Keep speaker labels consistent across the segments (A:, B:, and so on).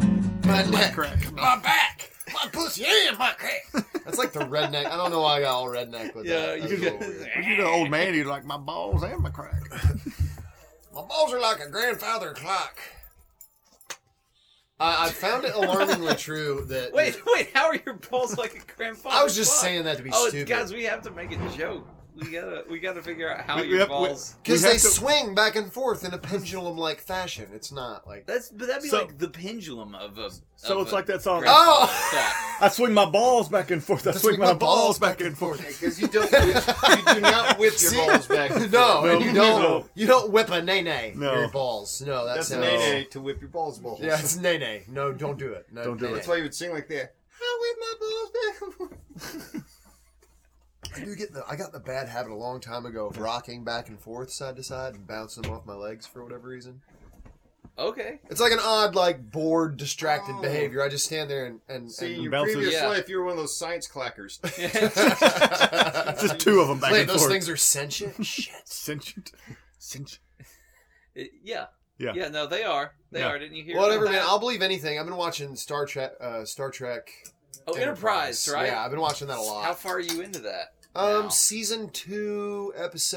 A: redneck.
B: My crack.
A: My back. My pussy and my crack. That's like the redneck. I don't know why I got all redneck with
C: Yeah,
A: that. That's a
C: you
A: little
C: got-
A: weird.
B: But you're the old man. You like my balls and my crack.
A: My balls are like a grandfather clock. I, I found it alarmingly true that
C: Wait, wait, how are your balls like a grandfather?
A: I was just
C: clock?
A: saying that to be
C: oh,
A: stupid.
C: guys, we have to make a joke. We gotta, we gotta figure out how
B: We- we
C: your
B: have- we-
C: balls.
A: because
B: We have
A: they
B: to-
A: swing back and forth in a pendulum-like fashion. It's not like
C: That's but that'd be
B: So-
C: like the pendulum of a.
B: So
C: of
B: it's
C: a
B: like that song.
C: grandfather
A: Oh!
C: clock.
B: I swing my balls back and forth. I
A: That's
B: swing
A: like
B: my balls back and forth.
D: Because you don't, you do not whip your
A: See?
D: balls back. and
A: no,
D: forth.
B: No,
A: you don't.
B: no.
A: You don't whip a nay nay.
B: No.
A: your balls. No, that
D: that's a
A: sounds.
D: nay to whip your balls balls.
A: Yeah, it's nay nay. No, don't do it. No,
B: Don't do it.
D: that's why you would sing like that. I whip my balls back. and forth.
A: I do get the. I got the bad habit a long time ago of rocking back and forth side to side and bouncing them off my legs for whatever reason.
C: Okay.
A: It's like an odd, like bored, distracted
D: Oh.
A: behavior. I just stand there and and,
D: See, in
A: and
D: your
B: bounces.
D: previous
C: Yeah.
D: life, you were one of those science clackers.
B: It's just two of them back
A: wait.
B: and
A: Those
B: forth.
A: things are sentient. Shit.
B: Sentient. Sentient.
C: It- yeah.
B: Yeah.
C: Yeah. No, they are. They
B: Yeah.
C: are. Didn't you hear?
A: Whatever,
C: about
A: man.
C: that?
A: I'll believe anything. I've been watching Star Trek. Uh, Star Trek.
C: oh, Enterprise, right?
A: Yeah, I've been watching that a lot.
C: How far are you into that?
A: Um,
C: now?
A: season two,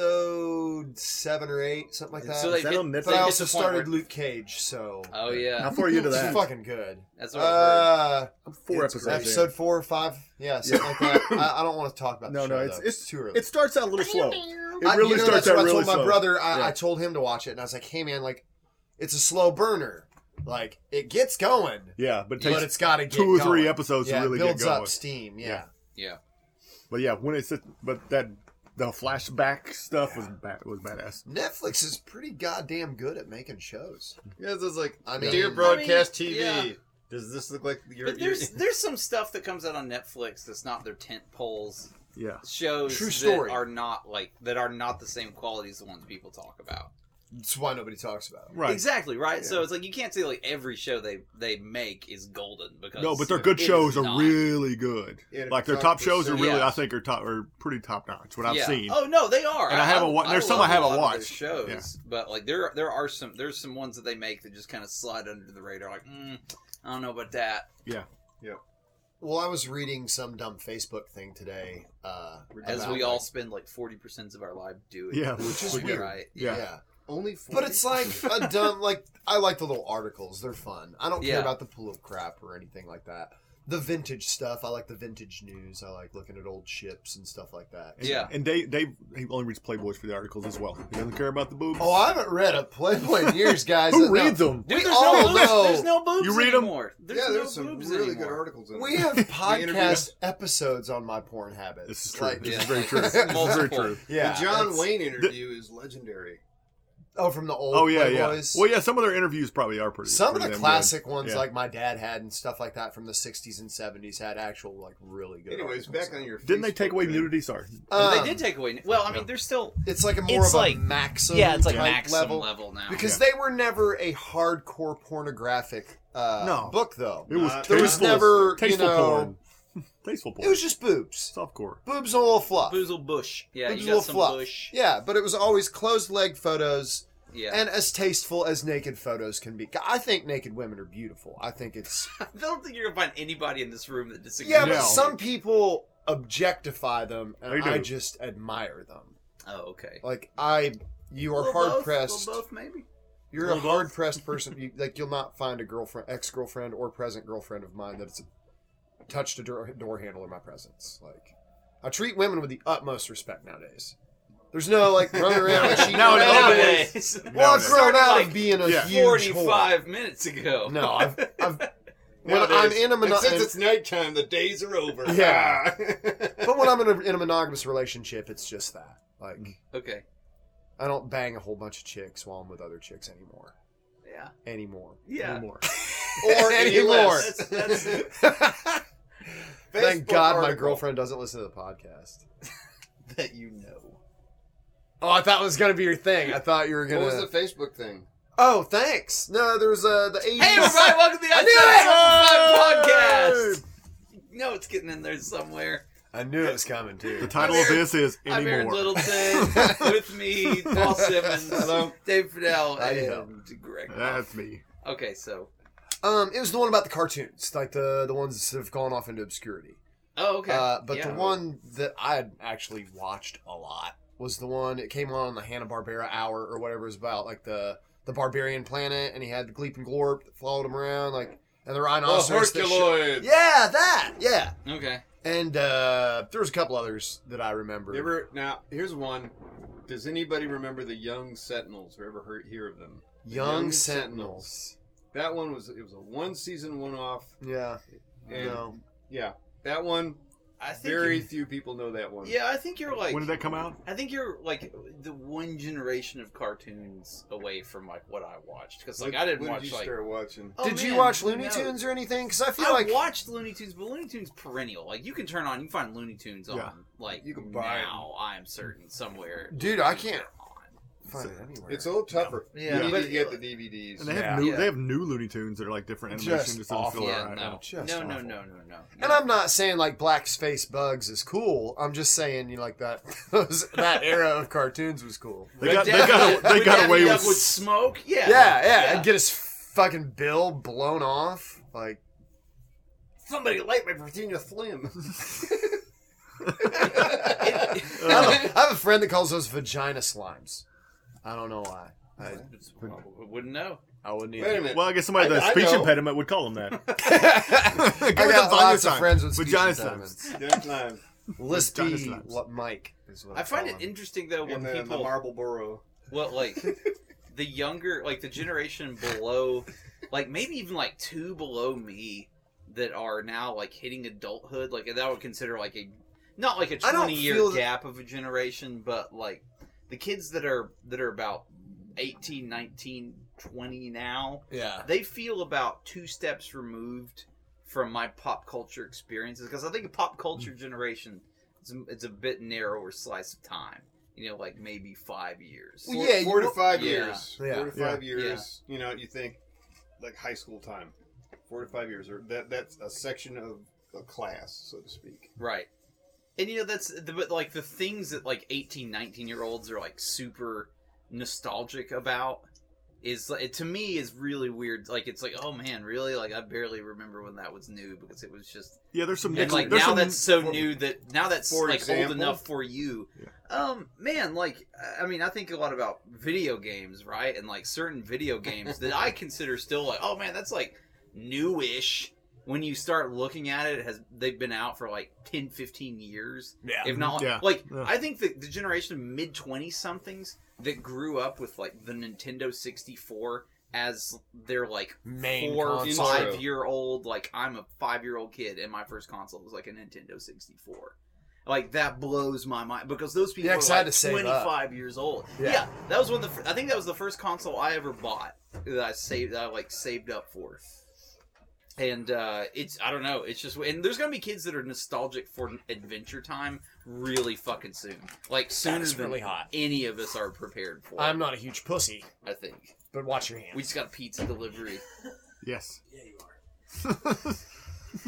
A: episode seven or eight, something like that.
C: So they
B: that
C: hit-
B: on
A: but
B: Netflix?
C: they
A: I
C: hit
A: also
C: the point
A: started
C: where-
A: Luke Cage, so
C: Oh yeah.
B: How far are you to
A: it's
B: that?
A: fucking good.
C: That's what I
A: Uh,
B: I'm four
A: it's
B: episodes.
A: great.
B: in.
A: episode four or five, yeah, something like that. I, I don't want to talk about.
B: No,
A: the show,
B: no, it's
A: though.
B: it's
A: too early.
B: It starts out a little slow.
A: I-
B: It
A: you
B: really
A: know,
B: starts
A: that's
B: out
A: what I
B: really
A: told
B: slow.
A: my brother. I,
B: Yeah.
A: I told him to watch it, and I was like, "Hey, man, like, it's a slow burner. Like, it gets going,
B: Yeah, but it
A: but
B: takes
A: it's got to get
B: two or three
A: going.
B: episodes
A: yeah,
B: to really
A: it builds
B: get going.
A: up steam. Yeah,
B: Yeah.
C: Yeah.
B: But yeah, when it's but that the flashback stuff was bad, was badass.
A: Netflix is pretty goddamn good at making shows.
D: Yeah, it's just like,
A: I mean-
D: dear broadcast
C: I mean,
D: TV,
C: yeah.
D: does this look like your?
C: But
D: your
C: there's there's some stuff that comes out on Netflix that's not their tent poles
B: Yeah,
C: shows
A: True
C: that
A: story.
C: are not like that are not the same quality as the ones people talk about.
A: That's why nobody talks about it.
B: right.
C: Exactly, right? So it's like you can't say like every show they they make is golden because
B: No, but their good
C: it is
B: shows are
C: not.
B: really good.
D: Yeah,
B: Like their
D: top
B: top shows are
D: percent.
B: really,
C: Yeah.
B: I think, are top are pretty top notch. What I've
C: Yeah.
B: seen.
C: Oh no, they are.
B: And I haven't wa- there's some
C: love
B: I haven't
C: a lot of
B: watched.
C: their shows, but like there there are some there's some ones that they make that just kind of slide under the radar. Like mm, I don't know about that.
A: Well, I was reading some dumb Facebook thing today. Uh,
C: As
A: about,
C: we all
A: like-
C: spend like forty percent of our life doing,
B: Yeah,
A: which is
C: Like,
A: weird.
C: Right?
B: yeah.
D: only. 40?
A: But it's like a dumb, like, I like the little articles. They're fun. I don't
C: Yeah.
A: care about the pool of crap or anything like that. The vintage stuff. I like the vintage news. I like looking at old ships and stuff like that.
B: And,
C: Yeah.
B: And Dave, Dave, he only reads Playboys for the articles as well. He doesn't care about the boobs.
A: Oh, I haven't read a Playboy in years, guys.
B: Who
A: No.
B: reads them?
C: Dude,
A: We
C: there's
A: all
C: no boobs.
A: know.
C: There's no boobs
B: You read 'em?
C: anymore. There's
D: yeah,
C: no
D: there's some
C: boobs
D: really good
C: anymore.
D: articles. In
A: We
D: there.
A: have podcast
D: interviewed-
A: episodes on my porn habits.
B: This is true.
A: Like,
B: This
C: Yeah.
B: is very true. This is very
C: Multiple.
B: true.
A: yeah.
D: the John
A: that's-
D: Wayne interview is legendary.
A: Oh, from the old
B: Oh yeah, yeah.
A: Playboys.
B: Well, yeah. Some of their interviews probably are pretty.
A: Some of
B: pretty
A: the
B: damn
A: classic ones,
B: Yeah.
A: like my dad had and stuff like that from the 60s and 70s, had actual, like, really good.
D: Anyways,
A: articles.
D: back on your.
B: Good. Didn't they
D: Facebook
B: take away
D: thing.
B: nudity? Sorry.
C: But
A: Um,
C: they did take away. Well, I mean, they're still
A: It's like a more
C: It's
A: of
C: like-
A: a maxim.
C: yeah, it's like
A: type
C: maximum level, now.
A: because they were never a hardcore pornographic uh,
B: No.
A: book, though.
B: It was
D: Uh,
B: tasteful.
A: there was never,
B: tasteful
A: you know,
B: porn. tasteful porn.
A: It was just boobs,
B: softcore.
A: boobs and a little fluff,
C: Boozle Bush. Yeah,
A: boobs
C: you
A: and a little
C: got some
A: fluff.
C: Bush.
A: Yeah, but it was always closed leg photos
C: Yeah,
A: and as tasteful as naked photos can be. I think naked women are beautiful. I think it's
C: I don't think you're gonna find anybody in this room that disagrees.
A: yeah,
B: No.
A: but some people objectify them, and
B: They do.
A: I just admire them.
C: Oh, okay.
A: Like I, you are
C: Well,
A: hard
C: both,
A: pressed.
C: well, both maybe.
A: You're a hard pressed person. You, like you'll not find a girlfriend, ex girlfriend, or present girlfriend of mine that's touched a door, door handle in my presence. Like I treat women with the utmost respect nowadays. There's no like running around. cheating
B: Nowadays.
A: around.
C: Nowadays.
A: Well, I've
B: Nowadays.
A: grown out of
C: Like
A: being a
B: Yeah.
A: huge whore.
C: Forty-five minutes ago.
A: No, I've, I've when
D: Nowadays,
A: I'm in a mono-
D: and since it's nighttime, the days are over.
A: Yeah. but when I'm in a, in a monogamous relationship, it's just that. Like
C: Okay.
A: I don't bang a whole bunch of chicks while I'm with other chicks anymore.
C: Yeah.
A: Anymore.
C: Yeah.
B: Anymore.
A: Or
D: Any
A: anymore.
D: less.
C: That's-
A: Thank
D: Facebook
A: God my
D: article.
A: girlfriend doesn't listen to the podcast.
D: that you know.
A: Oh, I thought it was gonna be your thing. I thought you were
D: What
A: gonna.
D: was the Facebook thing?
A: Oh, thanks. No, there was uh, the 80s.
C: Hey everybody, welcome to the
A: I knew
C: Outside Zone 5 podcast. No, it's getting in there somewhere.
A: I knew it was coming too.
B: The title of this is
C: I'm Aaron
B: anymore.
C: Littleton. With me, Paul Simmons,
A: Hello.
C: Dave Fidel,
A: How you
C: and Greg.
B: That's me.
C: Okay, so
A: Um, it was the one about the cartoons, like the the ones that have gone off into obscurity.
C: Oh, okay.
A: Uh, but
C: Yeah.
A: the one that I had actually watched a lot was the one it came on the Hanna Barbera Hour or whatever it was about, like the the Barbarian Planet, and he had the Gleep and Glorp that followed him around, like and the
D: Oh,
A: rhinoceros. that shit-
D: Herculoid.
A: yeah, that. Yeah,
C: Okay.
A: and uh, there was a couple others that I remember.
D: You ever now? Here's one. Does anybody remember the Young Sentinels? Or ever heard hear of them?
A: Young,
D: Young
A: Sentinels.
D: That one was it was a one season one off.
A: Yeah.
D: And
A: no.
D: yeah, that one.
C: I think.
D: Very few people know that one.
C: yeah, I think you're like.
B: when did that come out?
C: I think you're like the one generation of cartoons away from like what I watched because like
D: When-
C: I didn't
D: when
C: watch
D: did you
C: like.
D: start watching?
C: Oh,
A: Did you
C: man,
A: watch Looney
C: no.
A: Tunes or anything? Because I feel
C: I
A: like
C: watched Looney Tunes, but Looney Tunes perennial. Like you can turn on, you can find Looney Tunes on.
B: Yeah.
C: Like
D: You can buy it.
C: now, I'm certain somewhere.
A: Dude, I can't-
C: They're on.
A: find it anywhere.
D: It's a little tougher.
C: Yeah.
D: you
C: But-
D: need to get the DVDs.
B: And they have
A: Yeah.
B: new
C: Yeah.
B: they have new Looney Tunes that are like different animation.
A: Just
B: Just, doesn't feel
A: awful.
C: Yeah,
B: right
C: no.
B: now.
A: Just
C: no, no, no,
A: awful.
C: no, no,
A: And
C: no.
A: I'm not saying like black space bugs is cool. I'm just saying you know, like that those, that era of cartoons was cool.
B: They got, they got, they
C: When
B: got
C: Daffy
B: away
C: Duck
B: with,
C: would smoke. Yeah,
A: Yeah, yeah, and get his fucking bill blown off. Like
C: Somebody light my
D: Virginia Slim.
A: I have, a, I have a friend that calls those vagina slimes. I don't know why. I,
C: Wouldn't know.
A: I wouldn't
D: Wait a
A: either.
D: minute.
B: Well, I guess somebody with a
D: I- I
B: speech
D: know.
B: impediment would call them that.
A: I got lots of friends with speech
B: Vagina
A: impediments.
D: There's none.
A: Lispy
B: slimes.
A: what Mike is what
C: I find
A: call
C: it
A: him.
C: interesting though when
D: In the, in the
C: people
D: marble burrow.
C: well like the younger like the generation below like maybe even like two below me that are now like hitting adulthood like that I would consider like a not like a
A: I don't
C: 20 year
A: feel that-
C: gap of a generation but like the kids that are that are about 18 19 20 now
A: Yeah.
C: they feel about two steps removed from my pop culture experiences because I think a pop culture generation it's a, it's a bit narrower slice of time. You know, like maybe five years.
A: Well, yeah, you
D: four to
A: know-
D: five
C: Yeah.
D: years.
A: Yeah.
D: Four to five
C: Yeah.
D: years. You know, you think like high school time. Four to five years, or that that's a section of a class, so to speak.
C: Right. And you know that's the, but like the things that like 18, 19 year olds are like super nostalgic about is like to me is really weird. Like it's like oh man, really? Like I barely remember when that was new because it was just
B: yeah, there's some
C: and
B: Nickel,
C: like
B: there's
C: now
B: some,
C: that's so
D: for-
C: new that now that's
D: for
C: like
D: example-
C: old enough for you.
B: Yeah.
C: Um, man, like I mean, I think a lot about video games, right? And like certain video games that I consider still like, oh man, that's like newish. When you start looking at it, it has they've been out for like 10, 15 years,
A: Yeah.
C: if not
B: Mm-hmm. Yeah.
C: like
B: Yeah.
C: I think the, the generation of mid twenty somethings that grew up with like the Nintendo sixty four as their like
A: Main
C: four
A: console.
C: five year old like i'm a five year old kid and my first console was like a nintendo 64 like that blows my mind because those people
A: Yeah,
C: are
A: 'cause I had
C: like
A: to save
C: 25
A: up.
C: years old yeah.
A: Yeah.
C: that was one of the fir- i think that was the first console i ever bought that i saved that i like saved up for and uh it's i don't know it's just and there's gonna be kids that are nostalgic for adventure time really fucking soon like sooner
A: is
C: than
A: really hot.
C: any of us are prepared for
A: I'm not a huge pussy,
C: i think
A: but watch your hands.
C: we just got pizza delivery
B: yes.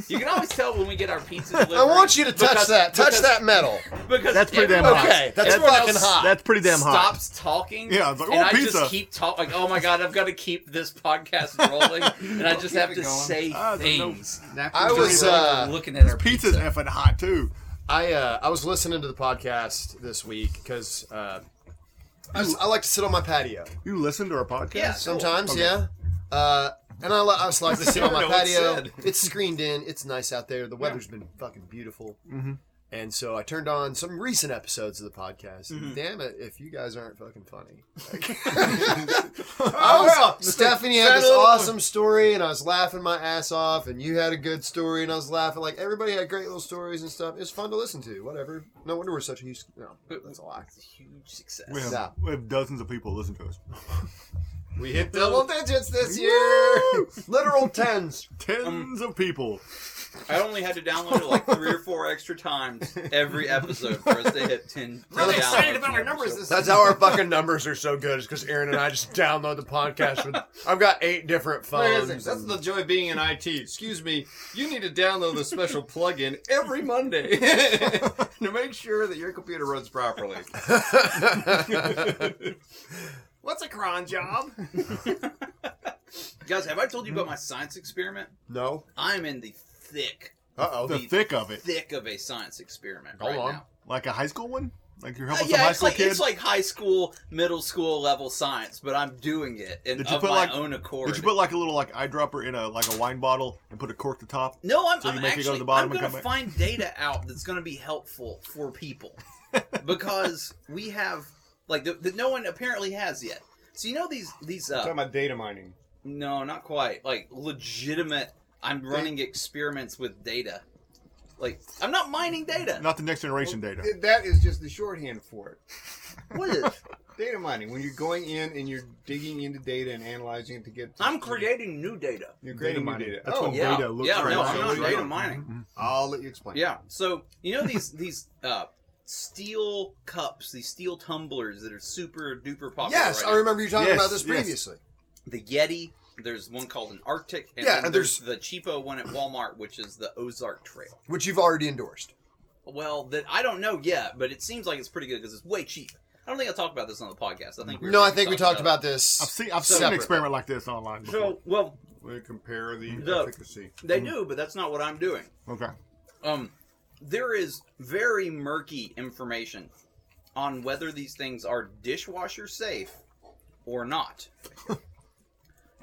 C: You can always tell when we get our pizza delivered.
A: I want you to touch that. Touch
C: because,
A: that metal.
C: Because
B: That's pretty damn
C: everyone
B: hot.
C: else-
A: Okay, that's
C: everyone
A: fucking
C: else
A: hot.
B: That's pretty damn hot.
C: Stops talking.
B: Yeah, it's like,
C: and
B: "Oh,
C: I
B: pizza."
C: just keep talking. Like, oh my god, I've got to keep this podcast rolling, and I just
D: Keep
C: have
D: it
C: to
D: going.
C: say
B: I don't know.
C: things.
A: I was,
C: During, like,
A: uh,
C: looking at our
B: Pizza's effing hot too.
A: I uh, I was listening to the podcast this week because uh, I, s- I like to sit on my patio
B: You listen to our podcast? Oh,
C: Yeah.
A: sometimes.
B: Okay.
A: Yeah. Uh, and I, li- I just like to sit on my
D: Don't know what's
A: patio.
D: said.
A: It's screened in. It's nice out there. The weather's been fucking beautiful.
B: Mhm.
A: And so I turned on some recent episodes of the podcast. and Damn it, if you guys aren't fucking funny. I
C: Oh,
A: was- Stephanie had this awesome story, and I was laughing my ass off, and you had a good story, and I was laughing. Like, everybody had great little stories and stuff. It's fun to listen to, whatever. No wonder we're such a huge. No, that's a lie.
C: It's a huge success.
B: We have,
A: Yeah.
B: we have dozens of people listen to us.
A: We hit double digits this year! Literal tens.
C: Um,
B: Tens of people.
C: I only had to download it like three or four extra times every episode for us to hit ten.
A: Really
C: excited about our numbers this
A: That's how our fucking numbers are so good, is because Aaron and I just download the podcast with. I've got eight different phones.
D: That's
A: and-
D: the joy of being in IT. Excuse me, you need to download the special plugin every Monday to make sure that your computer runs properly. What's a cron job?
C: guys, have I told you about
B: Mm-hmm.
C: my science experiment?
A: No.
C: I'm in the thick,
A: Uh oh.
B: the
C: the-
B: thick of it,
C: thick of a science experiment
A: Go
C: right
A: on.
C: now.
B: like a high school one. Like you're
C: Uh,
B: helping some
C: yeah,
B: high
C: it's
B: school
C: like
B: kid.
C: it's like high school, middle school level science, but I'm doing it and
B: Did you
C: of
B: put,
C: my
B: like-
C: own accord.
B: Did you put like a little like eyedropper in a like a wine bottle and put a cork to top?
C: No, I'm,
B: So you
C: I'm
B: make it go to
C: actually.
B: the bottom
C: I'm
B: and
C: going
B: come back?
C: to find data out that's going to be helpful for people because we have like that that no one apparently has yet. So you know these these uh,
D: Talking about data mining.
C: no, not quite like legitimate. I'm running experiments with data. Like I'm not mining data.
B: Not the next generation data.
D: That is just the shorthand for it.
C: What is?
D: Data mining. When you're going in and you're digging into data and analyzing it to get.
C: I'm creating new data.
D: You're
B: Data
D: creating new
B: mining.
D: data.
B: That's
D: oh,
B: what
D: yeah.
C: yeah,
B: data looks
C: yeah,
B: like.
C: no,
D: So
C: I'm not
D: it's
C: data
D: like-
C: mining.
D: I'll let you explain.
C: Yeah. So you know these these uh steel cups, these steel tumblers that are super duper popular.
A: Yes,
C: right
A: I
C: now.
A: remember you talking
B: Yes,
A: about this
B: yes.
A: previously.
C: the Yeti. There's one called an Arctic, and
A: Yeah,
C: then
A: and
C: there's, the cheapo one at Walmart, which is the Ozark Trail.
A: Which you've already endorsed.
C: Well, that I don't know yet, but it seems like it's pretty good because it's way cheap. I don't think I talked about this on the podcast. I think we were
A: No, I
C: already
A: think we talked
C: about.
A: about this.
B: I've seen I've seen an
A: Separate.
B: experiment like this online.
C: it.
B: Before.
C: So, well,
D: We compare the
C: The-
D: efficacy.
C: they
A: Um,
C: do, but that's not what I'm doing.
B: okay,
C: Um, there is very murky information on whether these things are dishwasher safe or not.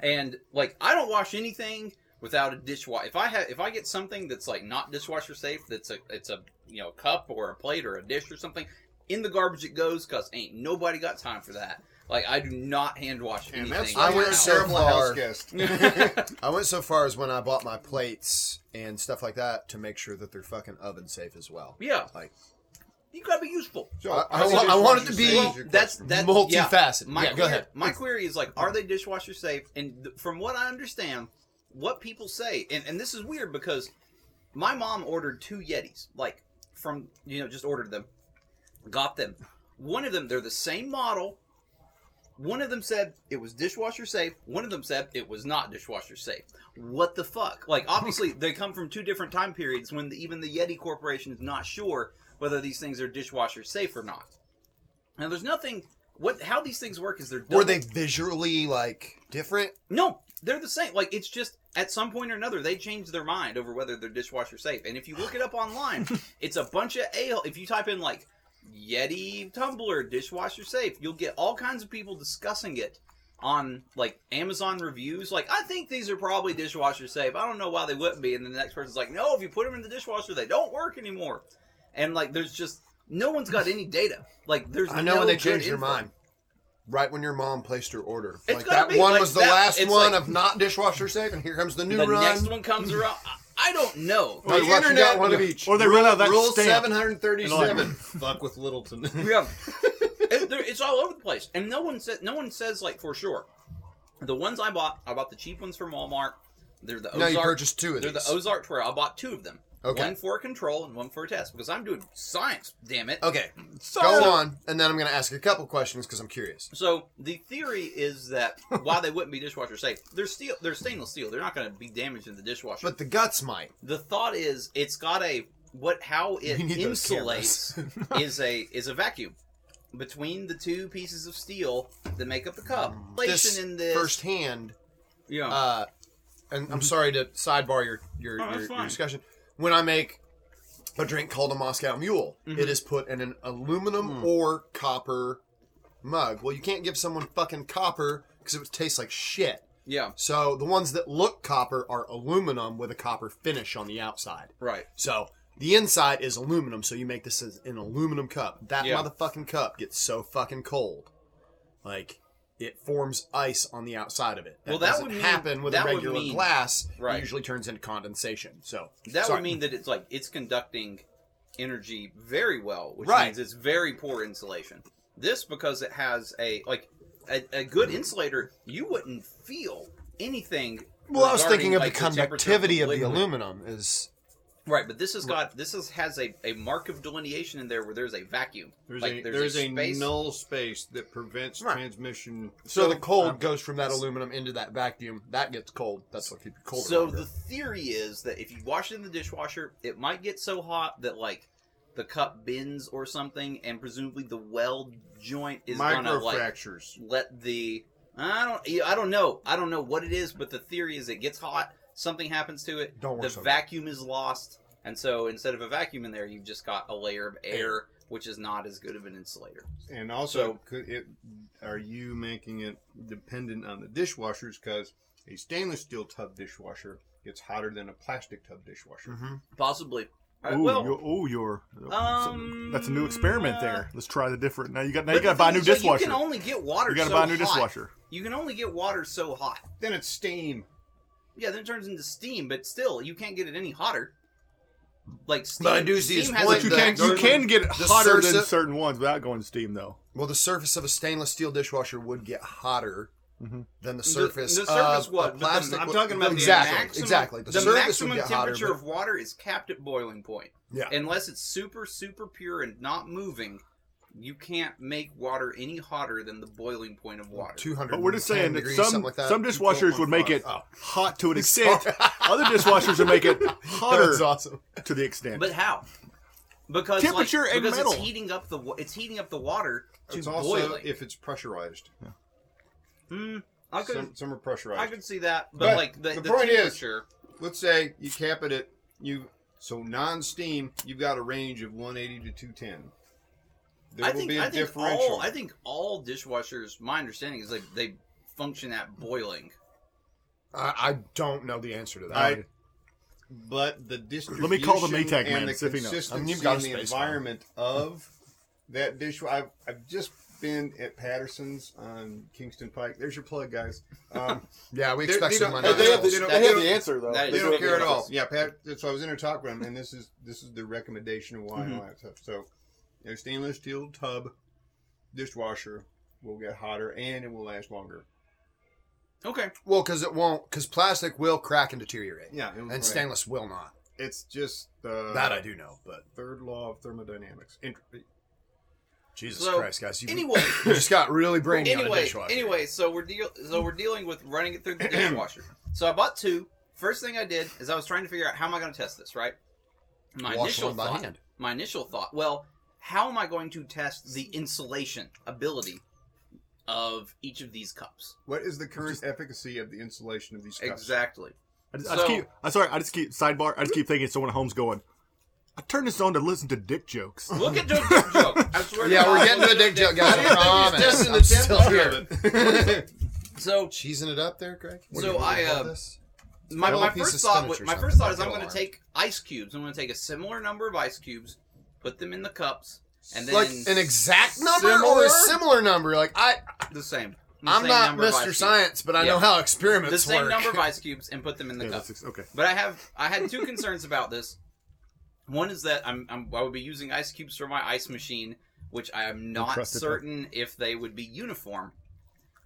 C: and like, I don't wash anything without a dishwasher. If I have, if I get something that's like not dishwasher safe, that's a, it's a you know cup or a plate or a dish or something, in the garbage it goes. Cause ain't nobody got time for that. Like, I do not hand wash
D: And
C: anything.
D: that's
A: I
D: why
A: went
D: you're a
A: so
D: terrible
A: far.
D: house guest.
A: I went so far as when I bought my plates and stuff like that to make sure that they're fucking oven safe as well.
C: yeah,
A: Like-
C: you gotta be useful.
D: So,
A: I- I
D: how's
A: wa-
D: it
A: I want it
D: dishwasher
A: to be-
D: safe?
A: Well,
D: Is your
C: That's
D: question.
C: that yeah.
A: Multifaceted.
C: My
A: yeah, go
C: query,
A: ahead.
C: My query is like, are they dishwasher safe? And th- from what I understand, what people say, and, and this is weird because my mom ordered two Yetis, like from you know, just ordered them, got them. One of them, they're the same model. One of them said it was dishwasher safe. One of them said it was not dishwasher safe. What the fuck? Like, obviously, they come from two different time periods when the, even the Yeti Corporation is not sure whether these things are dishwasher safe or not. Now, there's nothing. What? How these things work is they're
A: Were
C: double-
A: they visually like different?
C: no, they're the same. Like it's just at some point or another they change their mind over whether they're dishwasher safe. And if you look it up online, it's a bunch of ale. If you type in like Yeti tumbler dishwasher safe, you'll get all kinds of people discussing it on like Amazon reviews. Like I think these are probably dishwasher safe. I don't know why they wouldn't be. And then the next person's like, No, if you put them in the dishwasher, they don't work anymore. And like there's just no one's got any data. Like there's
A: I know
C: no
A: when they
C: good
A: changed their
C: info.
A: mind. Right when your mom placed her order.
C: It's
A: like
C: gotta
A: that
C: be
A: one
C: like
A: was the
C: that-
A: last
C: it's
A: one
C: like-
A: of not dishwasher safe, and here comes the new
C: The
A: run.
C: next one comes around. I- I don't know.
A: Well,
D: the
A: you got
D: internet
A: one of
D: will-
A: each.
B: or they run out of that
A: Rule
B: stamp.
A: seven hundred thirty-seven.
D: Fuck with Littleton.
C: Yeah, It- there- it's all over the place, and no one said no one says like for sure. The ones I bought, I bought the cheap ones from Walmart. They're the
A: No, you
C: Ozark.
A: purchased two of
C: They're
A: these.
C: the Ozark Trail. I bought two of them.
A: Okay.
C: One for control and one for a test because I'm doing science. Damn it.
A: okay,
B: Sorry.
A: go on, and then I'm going to ask a couple questions because I'm curious.
C: So the theory is that while they wouldn't be dishwasher safe, they're steel. They're stainless steel. They're not going to be damaged in the dishwasher.
A: But the guts might.
C: the thought is it's got a what how it
A: We need those
C: insulates is a is a vacuum between the two pieces of steel that make up the cup.
A: Mm. This
C: Insulation in this,
A: firsthand
C: yeah,
A: uh, and I'm sorry to sidebar your your,
C: Mm-hmm. Oh, that's
A: your, your
C: fine.
A: discussion. When I make a drink called a Moscow Mule,
C: Mm-hmm.
A: it is put in an aluminum
C: Mm.
A: or copper mug. Well, you can't give someone fucking copper because it would taste like shit.
C: yeah,
A: So the ones that look copper are aluminum with a copper finish on the outside.
C: right.
A: So the inside is aluminum, so you make this as an aluminum cup. That
C: Yeah.
A: motherfucking cup gets so fucking cold, like it forms ice on the outside of it. That
C: Well, that
A: doesn't
C: would mean-
A: happen with a
C: that would
A: regular
C: mean-
A: glass. It
C: right.
A: usually turns into condensation. So
C: That
A: sorry.
C: would mean that it's like it's conducting energy very well, which
A: Right.
C: means it's very poor insulation. This because it has a like a, a good insulator, you wouldn't feel anything.
A: Well, I was
C: regarding,
A: thinking of
C: like,
A: the
C: temperature
A: conductivity of the
C: liquid.
A: aluminum is
C: Right, but this has got this is, has a, a mark of delineation in there where there's a vacuum.
D: There's,
C: Like,
D: a,
C: there's
D: there's,
C: a
D: a,
C: space-
D: null space that prevents
A: Right.
D: transmission.
A: so, the cold
D: um,
A: goes from that aluminum into that vacuum. That gets cold. That's what keeps it cold.
C: so the theory is that if you wash it in the dishwasher, it might get so hot that like the cup bends or something, and presumably the weld joint is gonna like
D: microfractures.
C: let the I don't. yeah, I don't know. I don't know what it is, but the theory is it gets hot. Something happens to it.
A: Don't work
C: The
A: so bad.
C: vacuum is lost, and so instead of a vacuum in there, you've just got a layer of air, which is not as good of an insulator.
D: And also,
C: So-
D: could it, are you making it dependent on the dishwashers? Because a stainless steel tub dishwasher gets hotter than a plastic tub
A: Hmm.
D: dishwasher.
A: Mm-hmm.
C: Possibly. Uh,
B: Ooh,
C: well,
B: you're, oh, you're.
C: Um,
B: that's a new experiment
C: uh,
B: there. Let's try the different. Now you got. Now
C: but
B: you
C: the
B: got to buy a
C: thing
B: new
C: is, like,
B: dishwasher.
C: You can only get water.
B: You got to
C: so
B: buy a new
C: hot.
B: dishwasher.
C: You can only get water so hot.
D: Then it's steam.
C: Yeah, then it turns into steam, but still, you can't get it any hotter. Like steam,
A: But I do see his
C: steam has
A: point
B: But
C: a-
B: you
A: the-
B: can
A: the-
B: you can get it
A: the
B: hotter than
A: surface-
B: certain ones without going steam though.
A: Well, the surface of a stainless steel dishwasher would get hotter
B: Mhm.
A: than the
C: The-
A: surface.
C: the surface
A: of A
C: what? But the-
A: plastic
C: I'm
A: would-
C: talking about the
A: exactly,
C: maximum-
A: exactly. The,
C: the
A: surface
C: maximum
A: would get
C: temperature
A: hotter,
C: of water is capped at boiling point.
A: Yeah.
C: Unless it's super super pure and not moving, you can't make water any hotter than the boiling point of water.
A: Two hundred.
B: But we're just saying that
A: degrees,
B: some
A: something like that.
B: some
A: You
B: dishwashers
A: pull
B: would make it
A: one
B: hot to an
A: from-
B: extent.
A: Sorry.
B: Other dishwashers would make it hotter
A: That's awesome.
B: to the extent.
C: But how? Because
B: Temperature
C: like,
B: and
C: because
B: metal.
C: it's heating up the wa- it's heating up the water to
D: It's also
C: boiling.
D: if it's pressurized.
C: Hmm, I could
D: Some, some are pressurized.
C: I could see that, but,
D: But
C: like the,
D: the
C: the,
D: point is-
C: temperature.
D: Let's say you cap it at you. So non-steam, you've got a range of 180 to 210. There
C: I
D: will
C: think
D: be a
C: I think
D: differential.
C: all I think all dishwashers. My understanding is like they function at boiling.
A: I, I don't know the answer to that.
D: I- but the distribution
B: me call the Maytag man
D: and the
B: and see if he knows.
D: consistency
A: I mean, you've got a
D: and the
A: space
D: environment of that dish. I've, I've just been at Patterson's on Kingston Pike. There's your plug, guys. Um,
A: yeah, we
D: They-
A: expect
D: they
A: some
D: don't-
A: money.
D: they have the- they don't- they have the
B: answer though.
C: That
D: they
C: is-
D: don't care at all.
C: Yes.
D: Yeah, Pat. So I was in a talk with him, and this is this is the recommendation of why and
A: Mm-hmm.
D: all that stuff. So, a stainless steel tub dishwasher will get hotter and it will last longer.
C: Okay,
A: well, because it won't. Because plastic will crack and deteriorate,
D: Yeah, it will-
A: and stainless will not.
D: It's just uh,
A: That I do know. But
D: Third law of thermodynamics. Entropy.
A: Jesus
C: So,
A: Christ, guys, you,
C: anyway.
A: you just got really brainy on a
C: anyway,
A: dishwasher.
C: anyway, so we're deal so we're dealing with running it through the dishwasher. So I bought two. First thing I did is I was trying to figure out how am I going to test this, right? My
A: Wash
C: initial
A: one by
C: thought,
A: hand.
C: my initial thought, well, how am I going to test the insulation ability of each of these cups?
D: What is the current efficacy of the insulation of these cups?
C: Exactly.
B: I just, I just
C: So-
B: keep. I'm sorry. I just keep sidebar. I just keep thinking someone at home's going. I turned this on to listen to dick jokes.
C: Look at Joe's dick joke. I swear to
A: Yeah,
C: God,
A: we're getting to
C: look
A: the dick
C: at
A: joke, guys.
D: How do you
A: I
D: think
A: promise.
D: he's testing the
A: I'm still
D: temperature
A: here.
D: of it?
C: So
A: Cheesing it up there, Greg.
C: So I, uh, my,
A: Well,
C: my
A: a piece
C: first
A: of
C: thought
A: spinach
C: was,
A: or
C: my
A: something.
C: first thought is
A: That'd
C: I'm
A: go
C: going to
A: hard.
C: take ice cubes. I'm going to take a similar number of ice cubes, put them in the cups, and then
A: like an exact number or
C: similar-
A: a similar number. Like I,
C: the same. The
A: I'm
C: same
A: not
C: number of ice
A: Mr.
C: cubes.
A: Science, but I know
C: Yeah.
A: how experiments
C: The same
A: work.
C: number of ice cubes and put them in the
B: Yeah,
C: cups.
B: that's, okay.
C: But I have I had two concerns about this. One is that I'm, I'm I would be using ice cubes for my ice machine, which I am not
B: Encrusted
C: certain if they would be uniform.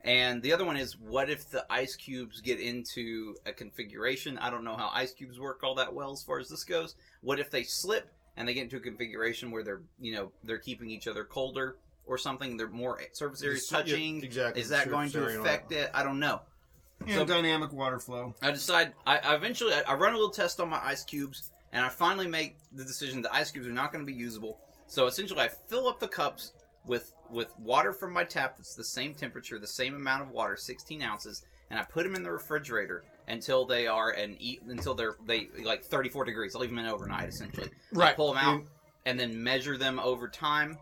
C: And the other one is what if the ice cubes get into a configuration? I don't know how ice cubes work all that well as far as this goes. What if they slip and they get into a configuration where they're you know they're keeping each other colder or something? They're more surface areas
D: Yeah,
C: touching.
D: exactly,
C: Is that
D: surface
C: going to
D: area and all
C: affect
D: that.
C: it? I don't know.
D: And
C: So-
D: dynamic water flow.
C: I decide. I I eventually I, I run a little test on my ice cubes, and I finally make the decision that ice cubes are not going to be usable. So essentially, I fill up the cups with with water from my tap that's the same temperature, the same amount of water, 16 ounces, and I put them in the refrigerator until they are and eat until they're they like 34 degrees. I leave them in overnight essentially. I
A: Right.
C: pull them out and then measure them over time,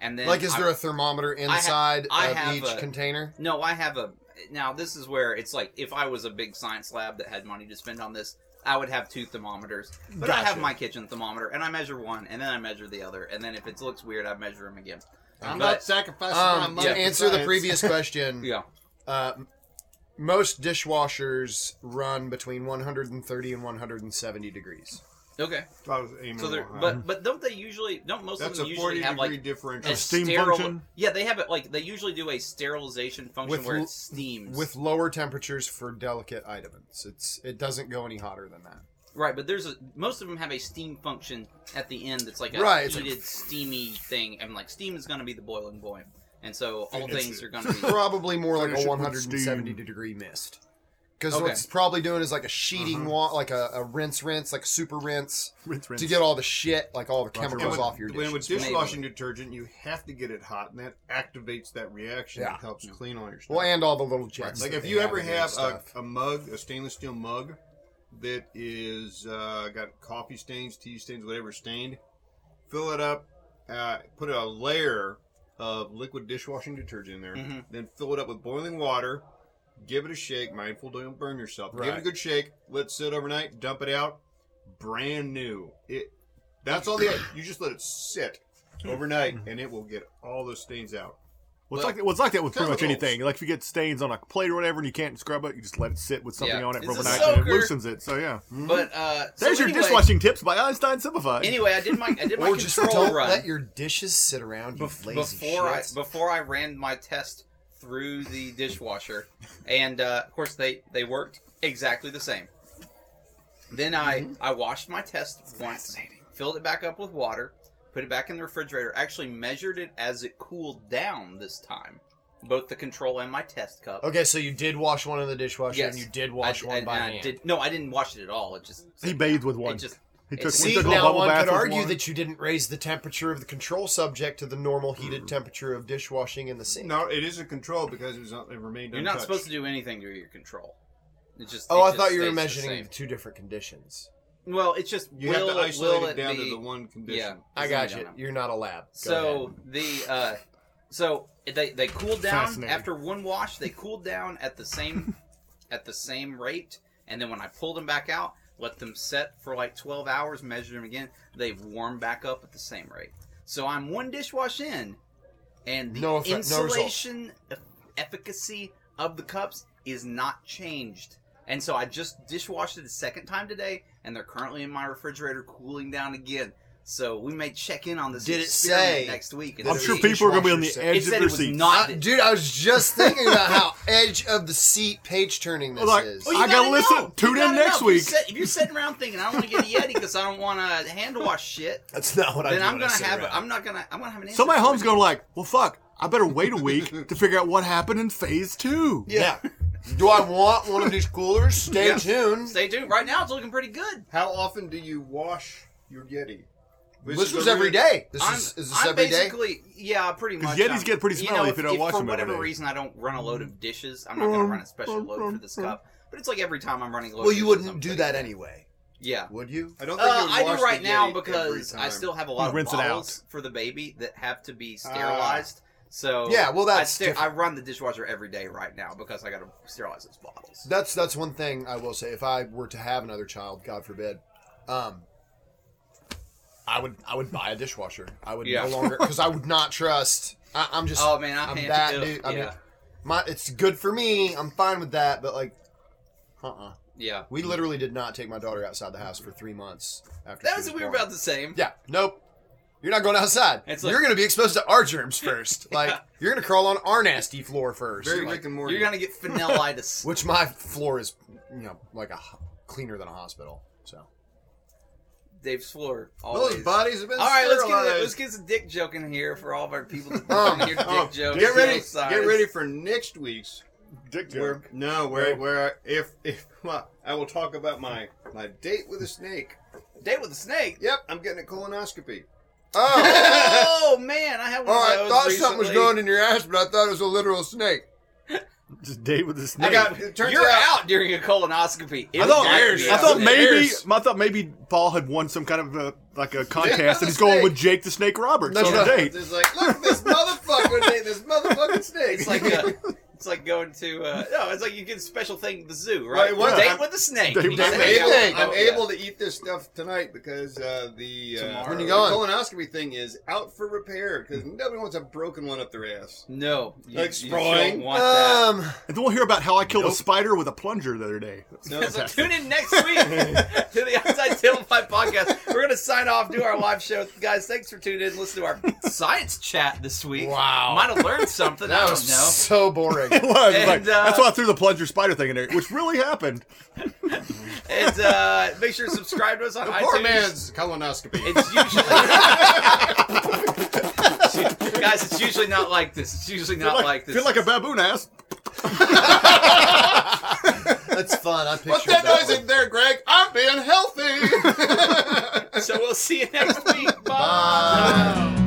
C: and then
A: Like, is
C: I-
A: there a thermometer
C: ha-
A: inside
C: I
A: of
C: have
A: each
C: a-
A: container?
C: No, I have a. Now this is where it's like if I was a big science lab that had money to spend on this, I would have two thermometers. But I have
A: Gotcha.
C: my kitchen thermometer, and I measure one, and then I measure the other, and then if it looks weird, I measure them again.
D: I'm
C: But-
D: not sacrificing my
A: Um,
D: money.
A: to
D: for
A: answer the
D: science.
A: previous question,
C: Yeah,
A: uh, m- most dishwashers run between 130 and 170 degrees.
C: okay.
D: I was aiming
C: So they're
D: low.
C: but but don't they usually don't most
D: Mm-hmm. that's
C: of
D: a
C: them
D: 40
C: usually
D: degree
C: have like
D: differential.
C: a
B: Of steam
C: sterile-
B: function?
C: Yeah, they have it like they usually do a sterilization function
A: With
C: where
A: l-
C: it steams
A: With lower temperatures for delicate items, it's it doesn't go any hotter than that.
C: right, but there's a most of them have a steam function at the end that's like a
A: Right, it's like-
C: heated steamy thing, and like steam is going to be the boiling point, and so all
B: It's-
C: things are going to be
A: Probably more like a
B: Finish it with
A: 170
B: steam.
A: degree mist. Because
C: Okay.
A: what it's probably doing is like a sheeting
B: Mhm.
A: wa- like a, a rinse, rinse, like super rinse,
B: Rinse, rinse.
A: to get all the shit, like all the
B: Roger,
A: chemicals
D: And with,
A: off your
D: when
A: dish.
D: with
C: Maybe.
D: dishwashing detergent, you have to get it hot, and that activates that reaction
A: Yeah.
D: and helps clean all your stuff.
A: Well, and all the little jets.
D: like
A: that
D: if
A: they
D: you ever
A: in their
D: have a,
A: stuff.
D: a mug, a stainless steel mug that is uh, got coffee stains, tea stains, whatever stained, fill it up, uh, put a layer of liquid dishwashing detergent in there,
C: Mhm.
D: then fill it up with boiling water. Give it a shake, mindful don't burn yourself. Give it a
A: Right.
D: good shake, let it sit overnight, dump it out, brand new. It that's all the you just let it sit overnight
C: Mm-hmm.
D: and it will get all those stains out.
B: Well, it's like well, it's like that with pretty much
D: chemicals.
B: anything. Like if you get stains on a plate or whatever, and you can't scrub it, you just let it sit with something
C: Yeah.
B: on it for
C: It's a
B: overnight, and it
C: soaker.
B: loosens it. So yeah,
C: But uh, so
B: there's your
C: anyway-
B: dishwashing tips by Einstein Simplified.
C: Anyway, I did my I did my
A: or just
C: control
A: don't
C: run
A: let your dishes sit around, you
C: bef-
A: lazy
C: before I
A: shits.
C: before I ran my test through the dishwasher, and uh, of course they they worked exactly the same. Then I
A: Mm-hmm.
C: I washed my test once, filled it back up with water, put it back in the refrigerator. Actually measured it as it cooled down this time, both the control and my test cup.
A: Okay, so you did wash one in the dishwasher
C: Yes.
A: and you did
C: I,
A: wash one
C: I-
A: by
C: I
A: hand.
C: did no, I didn't wash it at all. It just
B: he bathed with one.
C: It just
B: he
C: it
B: took,
C: just-
B: he
A: See,
B: took a little
A: now
B: bubble
A: one
B: bath
A: could
B: with
A: argue
B: one.
A: that you didn't raise the temperature of the control subject to the normal heated temperature of dishwashing in the sink.
D: No, it is a control because it, was, it remained
C: you're
D: untouched.
C: not supposed to do anything to your control. It just
A: Oh,
C: it
A: I
C: just
A: thought you were
C: stays the
A: measuring
C: same.
A: the two different conditions.
C: Well, it's just
D: You
C: will,
D: have to
C: will
D: isolate it
C: it
D: down
C: be-
D: to the one condition.
A: I got
C: Because then we
A: you.
C: don't know.
A: You're not a lab. Go
C: So
A: ahead.
C: the uh, so they they cooled down
B: Fascinating.
C: after one wash. They cooled down at the same at the same rate, and then when I pulled them back out, let them set for like twelve hours, measured them again. They've warmed back up at the same rate. So I'm one dishwash in, and the
A: No effect- no result.
C: insulation eff- efficacy of the cups is not changed. And so I just dishwashed it a second time today, and they're currently in my refrigerator cooling down again. So we may check in on this
A: Did it
C: experiment
A: say-
C: next week. and
B: I'm
A: Did
B: sure
A: the
C: see.
B: people are going to be on the
A: dishwasher say-
B: edge
C: It
B: of
C: said
B: their
C: it was
B: seats.
C: not.
A: I- dude, I was just thinking about how edge of the seat page turning this
B: Like,
A: is.
B: oh, you- I gotta
C: gotta
B: listen.
C: know.
B: Tune
C: You
B: in
C: gotta
B: next
C: know. If you
B: week.
C: sit- if you're sitting around thinking I want to get a Yeti because I don't want to hand wash shit,
A: That's not what I
C: then
A: do
C: I'm
A: when I
C: gonna
A: sit
C: have.
A: around.
C: A, I'm not gonna. I'm gonna have an. answer
B: Somebody
C: for
B: at home's
C: you.
B: going like, well, fuck. I better wait a week to figure out what happened in phase two.
A: yeah. do I want one of these coolers? Stay
C: Yeah.
A: tuned.
C: Stay tuned. Right now, it's looking pretty good.
D: How often do you wash your Yeti?
A: this
D: is
A: was
D: a
A: every
D: real-
A: day. This
C: I'm,
A: is, is this
C: I'm
A: every day?
C: basically, yeah, pretty
B: 'Cause
C: much.
B: Yetis
C: I'm-
B: get pretty smelly if you don't wash
C: for
B: them every
C: whatever
B: day.
C: reason, I don't run a load of dishes. I'm not going to run a special load for this cup. But it's like every time I'm running a load.
A: Well,
C: of
A: you
C: dishes,
A: wouldn't
C: I'm
A: do
C: putting
A: that
C: it in.
A: anyway,
C: Yeah.
A: would you?
D: I don't think
C: Uh,
D: you would
C: I
D: wash
C: do
D: the
C: right now
D: Yeti
C: because
D: every
C: I
D: time.
C: still have a lot
B: You rinse
C: of
B: it out.
C: bottles for the baby that have to be sterilized. so
A: Yeah, well, that's
C: I, ster- I
A: different.
C: run the dishwasher every day right now because I got to sterilize those bottles.
A: That's that's one thing I will say. If I were to have another child, God forbid, um, I would I would buy a dishwasher. I would
C: Yeah.
A: no longer because I would not trust. I, I'm just
C: Oh man, I
A: I'm
C: can't
A: that
C: do it.
A: dude. I mean,
C: yeah,
A: my it's good for me. I'm fine with that. But like, uh, uh
C: yeah.
A: we literally did not take my daughter outside the house for three months after
C: That
A: she
C: was we
A: born.
C: were about the same.
A: Yeah, nope. You're not going outside.
C: It's like-
A: you're going to be exposed to our germs first. Like you're going to crawl on our nasty floor first.
D: very
A: Like,
D: Rick and Morty.
C: You're gonna get finellitis.
A: Which my floor is, you know, like a h- cleaner than a hospital. So
C: Dave's floor always.
D: Those bodies have been
C: all right, let's get
D: sterilized.
C: let's get some dick joke in here for all of our people. That
A: Um,
C: don't hear dick
D: Oh,
C: jokes.
D: get ready.
C: no size.
D: Get ready for next week's.
B: Dick
D: Where, no, where
B: No.
D: where if if well, I will talk about my my date with a snake.
C: Date with a snake.
D: Yep, I'm getting a colonoscopy.
A: oh,
C: Oh man, I had one of those recently.
A: in your ass, but I thought it was a literal snake.
B: Just date with the snake.
D: I got. It turns
C: You're
D: out.
C: out. during a colonoscopy. It
B: I thought,
C: might be
B: I
C: out
B: thought
C: there.
B: maybe
A: There's-
B: I thought maybe Paul had won some kind of a, like a contest and he's going with Jake the Snake Roberts
A: That's
B: on a
A: right.
B: date.
D: It's like look this motherfucker date this motherfucking snake.
C: It's like uh it's like going to uh, no, it's like you get a special thing at the zoo,
D: Well,
C: right?
D: it was-
C: Date
D: I'm-
C: with a snake.
B: Date
C: You
B: with
C: just
D: I'm
A: a
C: hang
A: snake.
C: out with them.
D: able, I'm
C: Oh, Yeah.
D: able to eat this stuff tonight because uh, the, uh,
C: Tomorrow.
A: When you
D: the
A: going?
D: colonoscopy thing is out for repair because nobody wants a broken one up their ass.
C: No, you,
D: Like
C: you
D: sprawling.
C: don't want that.
A: Um,
B: And then we'll hear about how I killed a
D: Nope.
B: spider with a plunger the other day.
D: No.
C: So tune in next week to the Outside Tailpipe podcast. We're gonna sign off, do our live show, guys. Thanks for tuning in. Listen to our science chat this week.
A: Wow.
C: might have learned something. I
A: that
C: don't
A: was
C: know.
A: so boring.
B: It was
C: And,
B: like,
C: uh,
B: that's why I threw the plunger spider thing in there, which really happened.
C: And uh, make sure to subscribe to us on
D: Poor
C: iTunes.
D: man's colonoscopy.
C: It's usually guys. It's usually not like this. It's usually not like, this.
B: Feel like a baboon ass.
A: That's fun. I pictured
D: Put that noise
A: one.
D: in there, Greg. I'm being healthy.
C: so we'll see you next week. Bye.
A: Bye.